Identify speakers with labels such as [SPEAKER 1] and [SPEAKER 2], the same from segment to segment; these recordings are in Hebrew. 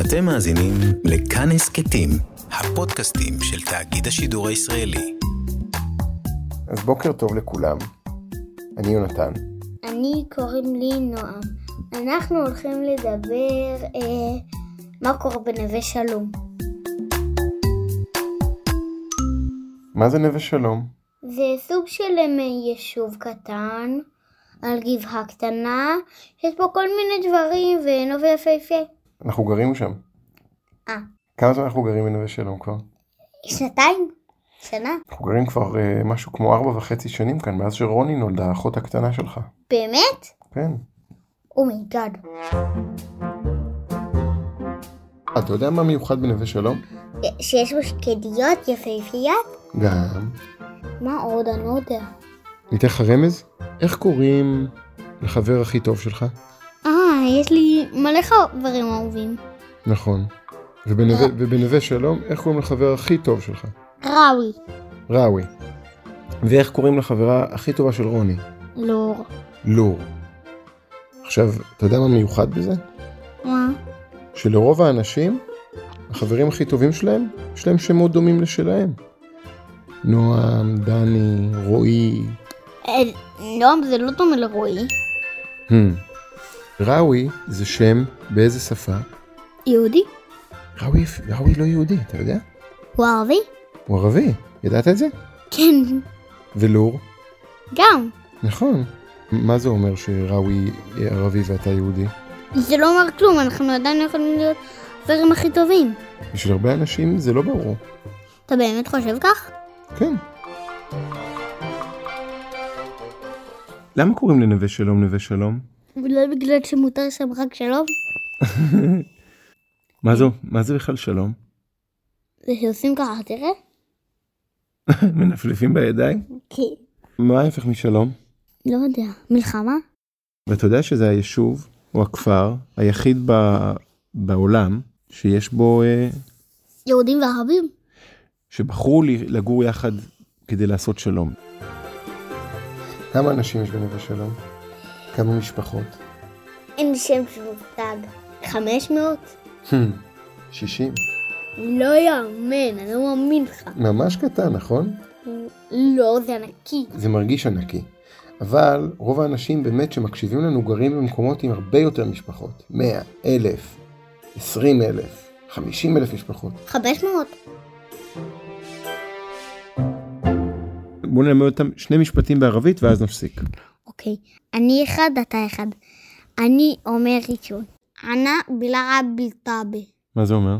[SPEAKER 1] אתם מאזינים לכאן הסכתים, הפודקאסטים של תאגיד השידור הישראלי.
[SPEAKER 2] אז בוקר טוב לכולם. אני יונתן.
[SPEAKER 3] אני קוראים לי נועם. אנחנו הולכים לדבר אה, מה קורה בנווה שלום.
[SPEAKER 2] מה זה נווה שלום?
[SPEAKER 3] זה סוג של אה, יישוב קטן על גבעה קטנה, יש פה כל מיני דברים ונוף יפהפה.
[SPEAKER 2] אנחנו גרים שם.
[SPEAKER 3] אה,
[SPEAKER 2] כמה זמן אנחנו גרים בנווה שלום כבר?
[SPEAKER 3] שנתיים? שנה?
[SPEAKER 2] אנחנו גרים כבר אה, משהו כמו ארבע וחצי שנים כאן, מאז שרוני נולדה, האחות הקטנה שלך.
[SPEAKER 3] באמת?
[SPEAKER 2] כן.
[SPEAKER 3] אומייגאד.
[SPEAKER 2] אתה יודע מה מיוחד בנווה שלום?
[SPEAKER 3] אה, שיש בו שקדיות יפהפיות?
[SPEAKER 2] גם.
[SPEAKER 3] מה עוד? אני לא יודע.
[SPEAKER 2] ניתן לך רמז? איך קוראים לחבר הכי טוב שלך?
[SPEAKER 3] אה, יש לי מלא חברים אהובים.
[SPEAKER 2] נכון. ובנווה, ובנווה שלום, איך קוראים לחבר הכי טוב שלך?
[SPEAKER 3] ראוי.
[SPEAKER 2] ראווי. ואיך קוראים לחברה הכי טובה של רוני?
[SPEAKER 3] לא.
[SPEAKER 2] לור. עכשיו, אתה יודע מה מיוחד בזה?
[SPEAKER 3] מה?
[SPEAKER 2] שלרוב האנשים, החברים הכי טובים שלהם, יש להם שמות דומים לשלהם. נועם, דני, רועי.
[SPEAKER 3] אה, נועם זה לא דומה לרועי.
[SPEAKER 2] Hmm. ראוי זה שם באיזה שפה?
[SPEAKER 3] יהודי?
[SPEAKER 2] ראוי, ראוי לא יהודי, אתה יודע?
[SPEAKER 3] הוא ערבי?
[SPEAKER 2] הוא ערבי, ידעת את זה?
[SPEAKER 3] כן,
[SPEAKER 2] ולור?
[SPEAKER 3] גם.
[SPEAKER 2] נכון. מה זה אומר שראוי ערבי ואתה יהודי?
[SPEAKER 3] זה לא אומר כלום, אנחנו עדיין יכולים להיות החברים הכי טובים.
[SPEAKER 2] בשביל הרבה אנשים זה לא ברור.
[SPEAKER 3] אתה באמת חושב כך?
[SPEAKER 2] כן. למה קוראים לנווה שלום נווה שלום?
[SPEAKER 3] אולי בגלל שמותר שם רק שלום?
[SPEAKER 2] מה זו? מה זה בכלל שלום?
[SPEAKER 3] זה שעושים ככה, תראה.
[SPEAKER 2] מנפנפים בידיים?
[SPEAKER 3] כן.
[SPEAKER 2] מה ההפך משלום?
[SPEAKER 3] לא יודע. מלחמה?
[SPEAKER 2] ואתה יודע שזה היישוב או הכפר היחיד ב... בעולם שיש בו, אה,
[SPEAKER 3] יהודים וערבים?
[SPEAKER 2] שבחרו לי- לגור יחד כדי לעשות שלום. כמה אנשים יש בנווה שלום? כמה משפחות?
[SPEAKER 3] אין שם שמותג. 500?
[SPEAKER 2] Hmm. 60.
[SPEAKER 3] לא יאמן, אני לא מאמין לך.
[SPEAKER 2] ממש קטן, נכון?
[SPEAKER 3] לא, זה ענקי.
[SPEAKER 2] זה מרגיש ענקי. אבל רוב האנשים באמת שמקשיבים לנו גרים במקומות עם הרבה יותר משפחות. 100, 1,000, 20 אלף, 50 אלף משפחות.
[SPEAKER 3] 500?
[SPEAKER 2] בואו נלמד אותם שני משפטים בערבית ואז נפסיק.
[SPEAKER 3] אוקיי. אני אחד, אתה אחד. אני אומר ראשון. ענה בלעב בלטאבה.
[SPEAKER 2] מה זה אומר?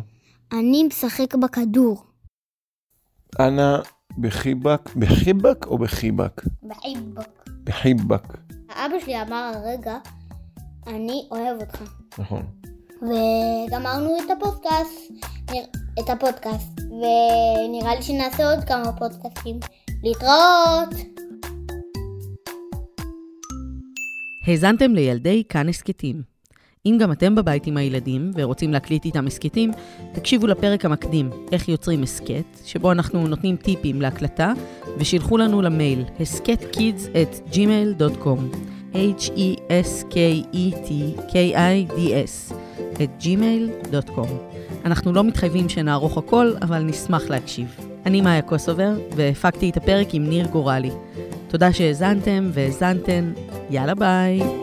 [SPEAKER 3] אני משחק בכדור.
[SPEAKER 2] אנא בחיבק, בחיבק או בחיבק?
[SPEAKER 3] בעיבוק.
[SPEAKER 2] בחיבק.
[SPEAKER 3] אבא שלי אמר הרגע, אני אוהב אותך.
[SPEAKER 2] נכון.
[SPEAKER 3] וגמרנו את הפודקאסט, נר- את הפודקאסט, ונראה לי שנעשה עוד כמה פודקאסטים. להתראות!
[SPEAKER 4] האזנתם לילדי כאן הסכתים. אם גם אתם בבית עם הילדים ורוצים להקליט איתם הסכתים, תקשיבו לפרק המקדים, איך יוצרים הסכת, שבו אנחנו נותנים טיפים להקלטה, ושילחו לנו למייל הסכתkids@gmail.com h-e-s-k-e-t-k-i-d-s at gmail.com אנחנו לא מתחייבים שנערוך הכל, אבל נשמח להקשיב. אני מאיה קוסובר, והפקתי את הפרק עם ניר גורלי. תודה שהאזנתם והאזנתן, יאללה ביי.